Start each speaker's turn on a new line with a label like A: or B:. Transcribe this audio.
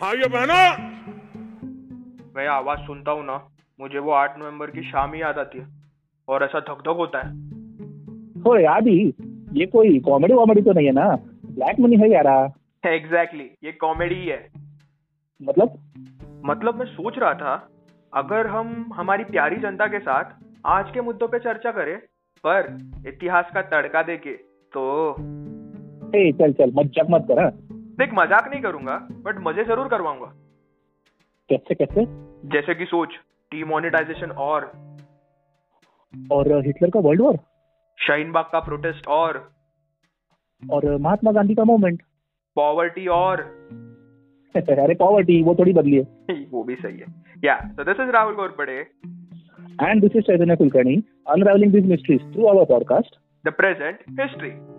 A: भाइयों बहनों
B: मैं ये आवाज सुनता हूँ ना मुझे वो आठ नवंबर की शाम ही याद आती है और ऐसा धक धक होता है
C: हो आदि ये कोई कॉमेडी वॉमेडी तो नहीं है ना ब्लैक मनी है यारा
B: एग्जैक्टली exactly, ये कॉमेडी ही है
C: मतलब
B: मतलब मैं सोच रहा था अगर हम हमारी प्यारी जनता के साथ आज के मुद्दों पे चर्चा करें पर इतिहास का तड़का देके तो
C: ए, चल चल मजाक मत कर हाँ।
B: देख मजाक नहीं करूंगा बट मजे जरूर करवाऊंगा
C: कैसे कैसे
B: जैसे कि सोच डिमोनेटाइजेशन और
C: और अ, हिटलर का वर्ल्ड वॉर
B: शाहीनबाग का प्रोटेस्ट और
C: और अ, महात्मा गांधी का मूवमेंट
B: पॉवर्टी और
C: अरे पॉवर्टी वो थोड़ी बदली है
B: वो भी सही है या तो this is Rahul Gorpade
C: and this is Chaitanya Kulkarni unravelling this mysteries through our podcast
B: the present history